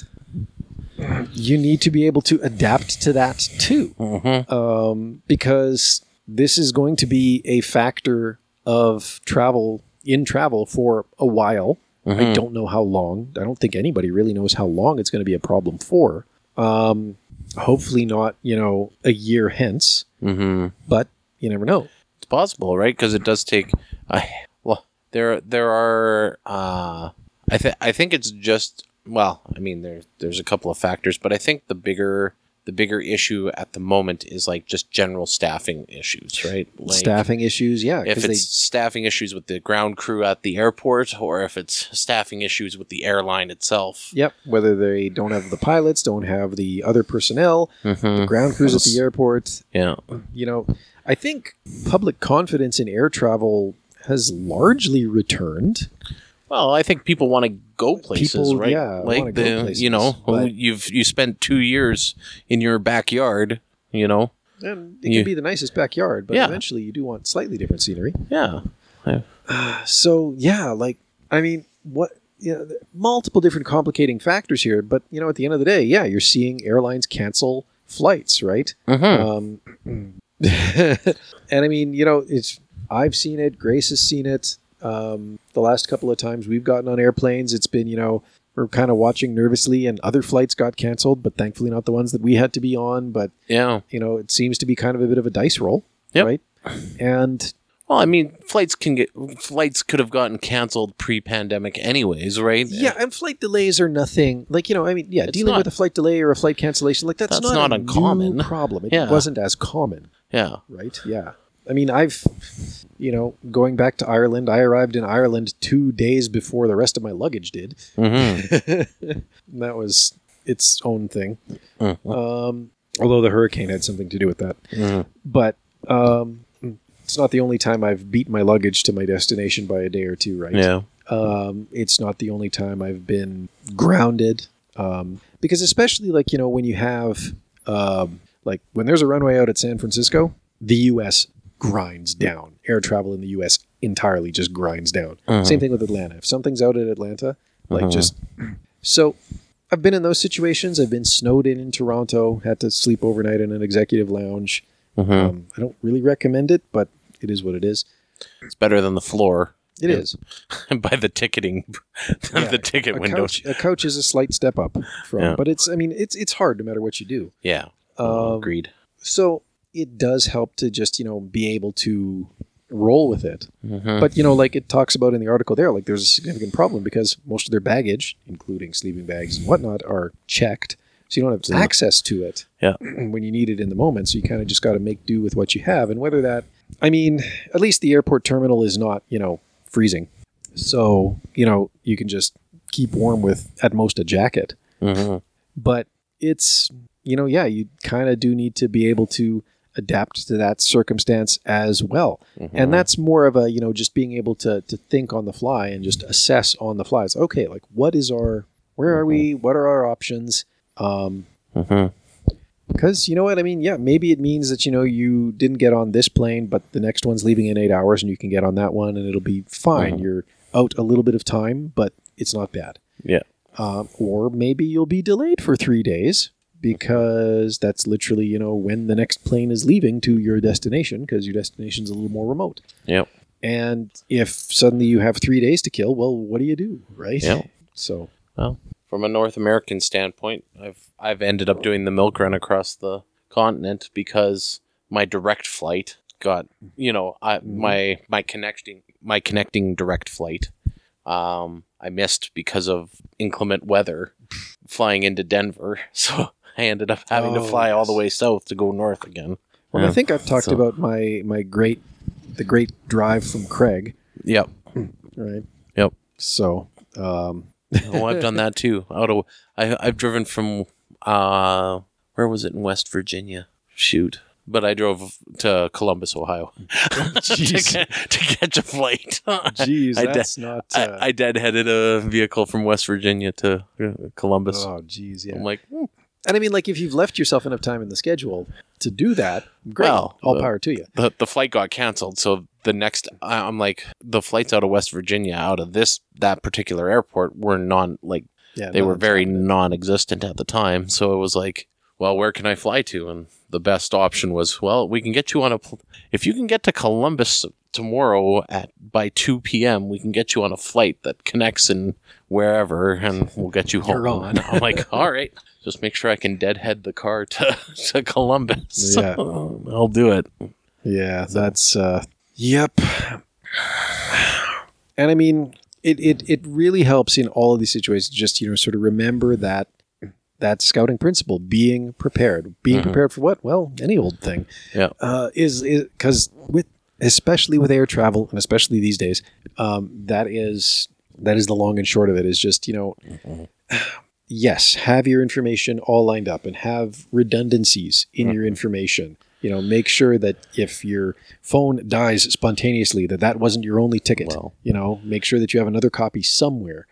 you need to be able to adapt to that too Mm-hmm. um, because this is going to be a factor of travel in travel for a while. Mm-hmm. I don't know how long. I don't think anybody really knows how long it's going to be a problem for. Um, hopefully not, you know, a year hence, Mm-hmm. but you never know. It's possible, right? Because it does take. I well, there there are. Uh, I think I think it's just. Well, I mean, there there's a couple of factors, but I think the bigger the bigger issue at the moment is like just general staffing issues, right? Like, Staffing issues, yeah. If 'cause it's staffing issues with the ground crew at the airport, or if it's staffing issues with the airline itself, they, yep, whether they don't have the pilots, don't have the other personnel, Mhm. ground crews at the airport, yeah, you know, I think public confidence in air travel has largely returned. Well, I think people want to go places, People, right? yeah, wanna like go the, places, you know, but- you've you spent two years in your backyard, you know. And it You- can be the nicest backyard, but Yeah. eventually you do want slightly different scenery. Yeah, So yeah, like I mean, what you know, there- multiple different complicating factors here, but you know, at the end of the day, yeah, you're seeing airlines cancel flights, right? Mm-hmm. Um, and I mean, you know, it's I've seen it. Grace has seen it. Um, the last couple of times we've gotten on airplanes, it's been you know we're kind of watching nervously, and other flights got canceled, but thankfully not the ones that we had to be on. But yeah. you know, it seems to be kind of a bit of a dice roll, Yep. right? And Well, I mean, flights can get flights could have gotten canceled pre-pandemic, anyways, right? yeah, and flight delays are nothing. Like you know, I mean, yeah, It's dealing not- with a flight delay or a flight cancellation, like that's, That's not, not a uncommon. new problem. It Yeah. wasn't as common, yeah. right? Yeah, I mean, I've, you know, going back to Ireland, I arrived in Ireland two days before the rest of my luggage did. Mm-hmm. And that was its own thing. Mhm. Um, although the hurricane had something to do with that. Mhm. But um, it's not the only time I've beat my luggage to my destination by a day or two, right? Yeah. Um, it's not the only time I've been grounded. Um, because especially like, you know, when you have, um, like when there's a runway out at San Francisco, the U.S. grinds down. Air travel in the U.S. entirely just grinds down. Mhm. Same thing with Atlanta. If something's out at Atlanta, like Mhm. just, so I've been in those situations. I've been snowed in in Toronto, had to sleep overnight in an executive lounge. Mhm. Um, I don't really recommend it, but it is what it is. It's better than the floor It Yeah. is. by the ticketing, Yeah, the ticket a window. Coach, a coach is a slight step up from, Yeah. Oh, but it's I mean it's it's hard no matter what you do. Yeah. Um, Agreed. so it does help to just you know be able to roll with it. Mhm. But you know, like it talks about in the article there, like there's a significant problem because most of their baggage, including sleeping bags and whatnot, are checked, so you don't have Yeah. access to it. Yeah. when you need it in the moment, so you kind of just got to make do with what you have, and whether that, I mean, at least the airport terminal is not you know freezing, so you know you can just keep warm with at most a jacket Mhm. but it's you know yeah you kind of do need to be able to adapt to that circumstance as well Mhm. and that's more of a you know just being able to to think on the fly and just assess on the fly it's okay like what is our where are we what are our options um Mhm. because you know what i mean yeah maybe it means that you know you didn't get on this plane but the next one's leaving in eight hours and you can get on that one and it'll be fine Mhm. you're out a little bit of time but it's not bad Yeah. um, or maybe you'll be delayed for three days because that's literally you know when the next plane is leaving to your destination because your destination's a little more remote Yep. and if suddenly you have three days to kill well what do you do right Yeah. so From a North American standpoint, I've I've ended up doing the milk run across the continent because my direct flight got you know I, Mm-hmm. my my connecting my connecting direct flight. Um, I missed because of inclement weather flying into Denver, so I ended up having Oh, to fly all the yes. way south to go north again. well i Yeah. think i've talked So- about my my great the great drive from craig Yep. right Yep. so um oh, I've done that too. Out of I, I've driven from uh, where was it in West Virginia? Shoot, but I drove to Columbus, Ohio, to, jeez. ca- to catch a flight. geez I de- that's not uh, I, I deadheaded a vehicle from West Virginia to uh, Columbus. oh geez yeah I'm like, hmm, and i mean like if you've left yourself enough time in the schedule to do that great Well, all uh, power to you the the flight got canceled, so the next I- I'm like, the flights out of West Virginia, out of this that particular airport, were non like yeah they no, were it's very not bad. non-existent at the time so it was like well where can i fly to and the best option was well we can get you on a pl- if you can get to columbus tomorrow at by 2 p.m we can get you on a flight that connects in wherever and we'll get you home You're on. i'm like all right just make sure i can deadhead the car to, to columbus Yeah. i'll do it Yeah, that's uh Yep. And I mean, it, it it really helps in all of these situations just, you know, sort of remember that that scouting principle, being prepared. Being Mhm. prepared for what? Well, any old thing. Yeah. Uh is because with especially with air travel and especially these days, um, that is that is the long and short of it is just, you know, yes, have your information all lined up and have redundancies in your information. You know, make sure that if your phone dies spontaneously, that that wasn't your only ticket. Well- you know, make sure that you have another copy somewhere.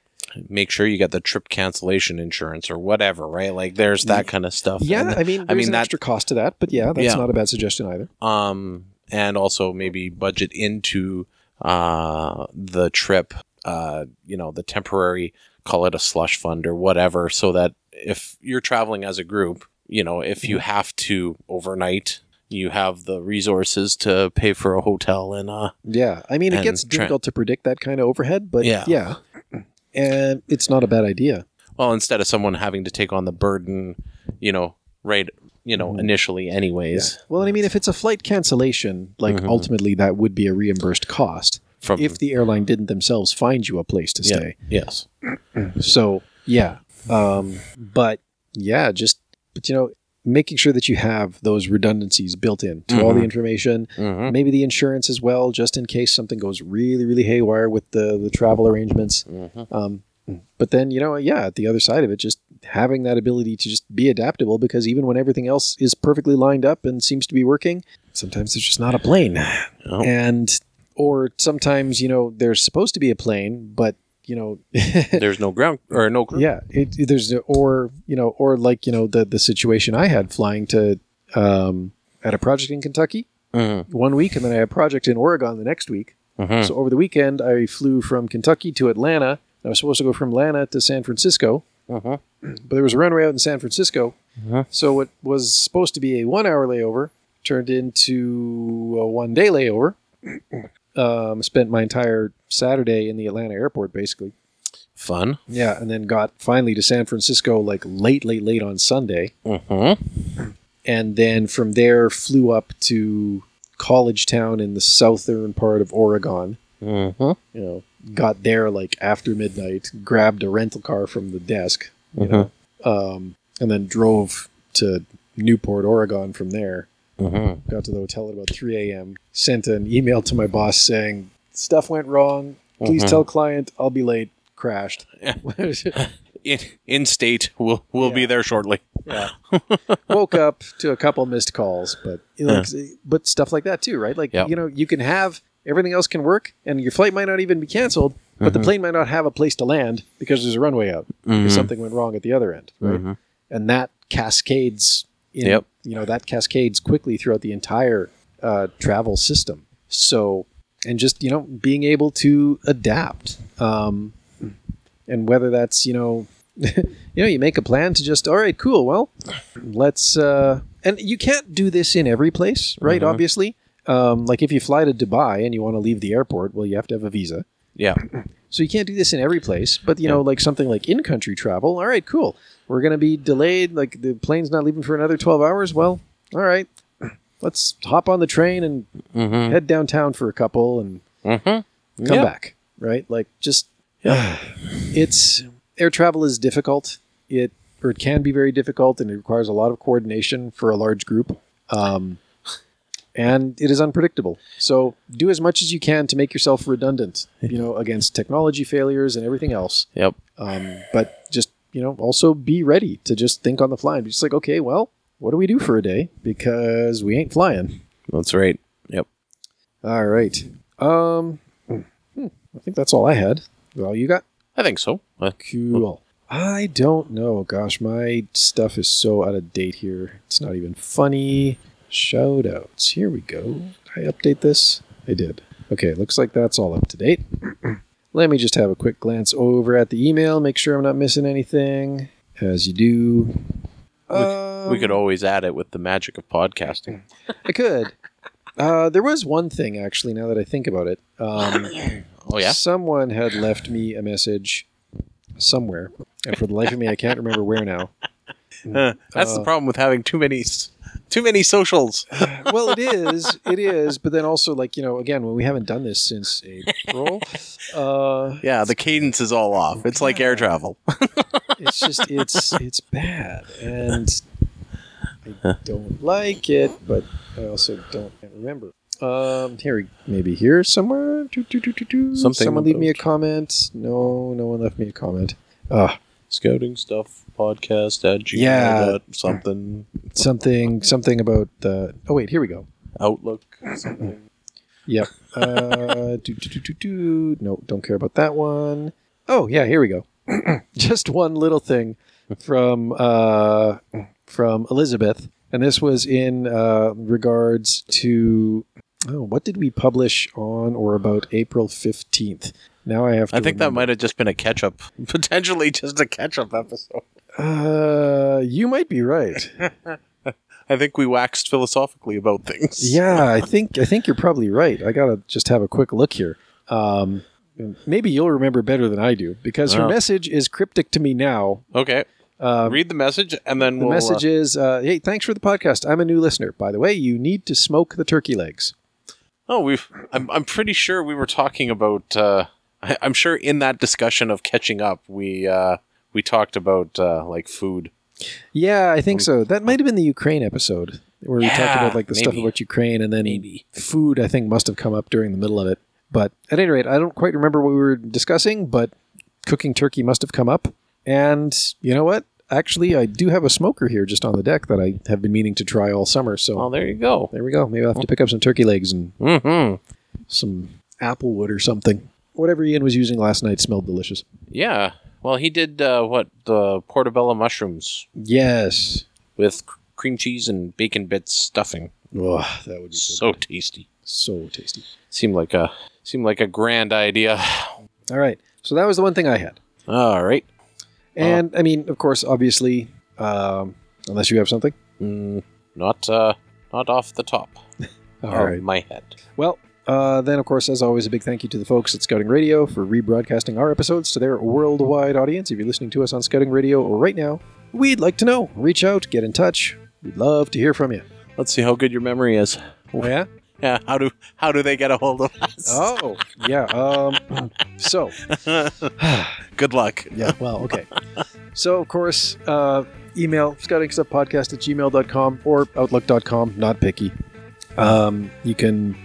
make sure you got the trip cancellation insurance or whatever right like there's that kind of stuff And Yeah, I mean, there's I mean, an that- extra cost to that, but yeah, that's Yeah. not a bad suggestion either. um, and also maybe budget into uh, the trip. Uh, you know, the temporary, call it a slush fund or whatever, so that if you're traveling as a group, you know, if Mm-hmm. you have to overnight, you have the resources to pay for a hotel and uh, Yeah, I mean, it And gets tra- difficult to predict that kind of overhead, but yeah, Yeah. yeah, and it's not a bad idea. well, instead of someone having to take on the burden, you know, right, you know, Mhm. initially, anyways, Well, and I mean, if it's a flight cancellation, like Mhm. ultimately that would be a reimbursed cost from if the airline didn't themselves find you a place to yeah, stay. yes, So yeah, um, but yeah, just but you know, making sure that you have those redundancies built in to all the Mhm. information, hmm maybe the insurance as well, just in case something goes really really haywire with the the travel arrangements. hmm Um, but then you know, yeah, at the other side of it, just having that ability to just be adaptable because even when everything else is perfectly lined up and seems to be working, sometimes there's just not a plane. Oh. And or sometimes, you know, there's supposed to be a plane, but you know, There's no ground or no crew. yeah, it, it- there's or you know, or like, you know, the the situation I had flying to um at a project in Kentucky Mhm. one week and then I had a project in Oregon the next week. Mhm. So over the weekend, I flew from Kentucky to Atlanta. I was supposed to go from Atlanta to San Francisco, Mhm. but there was a runway out in San Francisco. Mhm. So what was supposed to be a one-hour layover turned into a one-day layover. um, spent my entire Saturday in the Atlanta airport, basically. Fun. Yeah, and then got finally to San Francisco like late, late, late on Sunday, Mm-hmm. and then from there flew up to College Town in the southern part of Oregon. Mm-hmm. you know, got there like after midnight, grabbed a rental car from the desk, you know, um, and then drove to Newport, Oregon from there. Mm-hmm. Got to the hotel at about 3 a.m. Sent an email to my boss saying, Stuff went wrong. Please Mhm. tell client I'll be late. Crashed. In, in state, we'll we'll be Yeah. there shortly. Yeah. Woke up to a couple missed calls, but you know, but stuff like that too, right? Like Yep. you know, you can have everything else can work, and your flight might not even be canceled, but the plane might not have a place to land because there's a runway out. Mhm. If something went wrong at the other end, right? Mhm. And that cascades. In, Yep. You know that cascades quickly throughout the entire uh, travel system. So, and just you know being able to adapt. Um, and whether that's you know you know you make a plan to just all right cool well let's uh and you can't do this in every place right Mhm. obviously um like if you fly to dubai and you want to leave the airport well you have to have a visa Yeah. so you can't do this in every place but you know like something like in country travel all right cool we're going to be delayed like the plane's not leaving for another 12 hours well all right let's hop on the train and Mm-hmm. head downtown for a couple and Mm-hmm. come back right like just it's air travel is difficult it or it can be very difficult and it requires a lot of coordination for a large group um, and it is unpredictable so do as much as you can to make yourself redundant you know against technology failures and everything else Yep. um, but just you know also be ready to just think on the fly and be just like okay well what do we do for a day because we ain't flying That's right. Yep. all right um, hmm, i think that's all i had all you got I think so. Uh, Cool. I don't know. Gosh, my stuff is so out of date here. It's not even funny. Shoutouts. Here we go. Did I update this? I did. Okay, looks like that's all up to date. Let me just have a quick glance over at the email, make sure I'm not missing anything. As you do. we could Um, always add it with the magic of podcasting. I could. Uh, there was one thing actually. Now that I think about it, um, Oh yeah. Someone had left me a message somewhere, and for the life of me, I can't remember where now. Huh. That's the Uh, problem with having too many s- too many socials. Well, it is, it is, but then also, like you know, again, when we haven't done this since April, uh, Yeah, the cadence is all off. It's like air travel. it's just it's it's bad, and I don't like it, but I also don't remember. Um, here, we- maybe here somewhere. Doo, doo, doo, doo, doo. Something Someone leave me a about- comment. No, no one left me a comment. Ah, Scouting stuff podcast at gmail Yeah. dot something something something about the. Oh wait, here we go. outlook something. Yep. Uh, do, do, do, do, do. No, don't care about that one. Oh yeah, here we go. Just one little thing from uh, from Elizabeth, and this was in uh, regards to oh, what did we publish on or about April fifteenth? Now I have. To I think that remember. might have just been a catch up, potentially just a catch up episode. Uh, you might be right. I think we waxed philosophically about things. Yeah, I think I think you're probably right. I gotta just have a quick look here. Um, maybe you'll remember better than I do because her Oh. message is cryptic to me now. Okay. Um, Read the message and then the we'll. message uh, is, uh, "Hey, thanks for the podcast. I'm a new listener. By the way, you need to smoke the turkey legs." oh, we've. I'm. I'm pretty sure we were talking about. Uh, I, I'm sure in that discussion of catching up, we uh, we talked about uh, like food. Yeah, I think so. That might have been the Ukraine episode where we talked Yeah, about like the stuff maybe. about Ukraine, and then Maybe. food. I think must have come up during the middle of it. But at any rate, I don't quite remember what we were discussing, but cooking turkey must have come up. And you know what? actually, I do have a smoker here just on the deck that I have been meaning to try all summer. So Well, there you go. there we go. Maybe I'll have Oh. to pick up some turkey legs and hmm some apple wood or something. Whatever Ian was using last night smelled delicious. Yeah. Well, he did uh, what the portobello mushrooms Yes. with cr- cream cheese and bacon bits stuffing. Oh, that would be so, So tasty. so tasty. Seemed like a seemed like a grand idea. All right. So that was the one thing I had. All right. And I mean, of course, obviously, um, unless you have something. Mm, not uh, not off the top All of right. my head. Um, Well, uh, then, of course, as always, a big thank you to the folks at Scouting Radio for rebroadcasting our episodes to their worldwide audience. If you're listening to us on Scouting Radio right now, we'd like to know. Reach out, get in touch. We'd love to hear from you. Let's see how good your memory is. Oh, yeah? Yeah. How do how do they get a hold of us? Oh, yeah. Um, so, good luck. yeah, well, okay. So, of course, uh, email scoutingstuffpodcast at gmail.com or outlook.com, not picky. Um, you can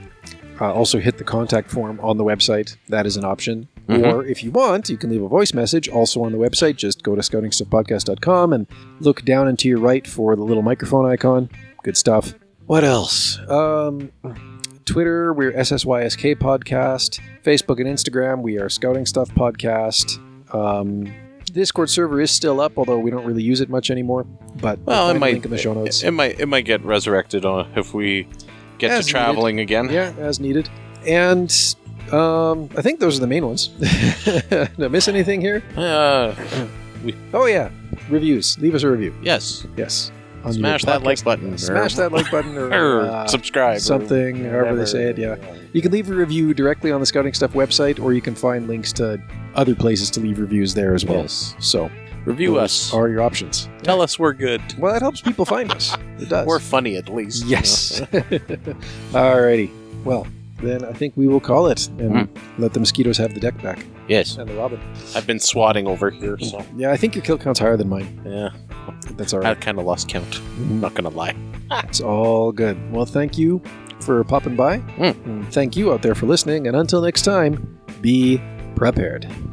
uh, also hit the contact form on the website. That is an option. Mhm. Or if you want, you can leave a voice message also on the website. Just go to scoutingstuffpodcast.com and look down and to your right for the little microphone icon. Good stuff. What else? Um, Twitter, we're SSYSK Podcast. Facebook and Instagram, we are Scouting Stuff Podcast. Um, Discord server is still up, although we don't really use it much anymore. But Well, I'll it find a might- link in the show notes. It might it might get resurrected on if we get As to traveling again. yeah, as needed. And um, I think those are the main ones. Did I miss anything here? Uh, Oh yeah, reviews. Leave us a review. yes. Yes. On your Smash that podcast- like button. Smash that like button or, Or uh, subscribe. or something, however they whatever. say it. Yeah. You can leave a review directly on the Scouting Stuff website, or you can find links to other places to leave reviews there as well. Yes. So Review those us. Are your options? Tell us we're good. Well, that helps people find us. It does. We're funny at least. Yes. Alrighty. Well, then I think we will call it and Hmm. let the mosquitoes have the deck back Yes. and the robin. I've been swatting over here, so Yeah, I think your kill count's higher than mine. yeah. That's all I right. kind of lost count. I'm Mhm. not gonna lie. It's all good. Well, thank you for popping by. Mm. And thank you out there for listening. And until next time, be prepared.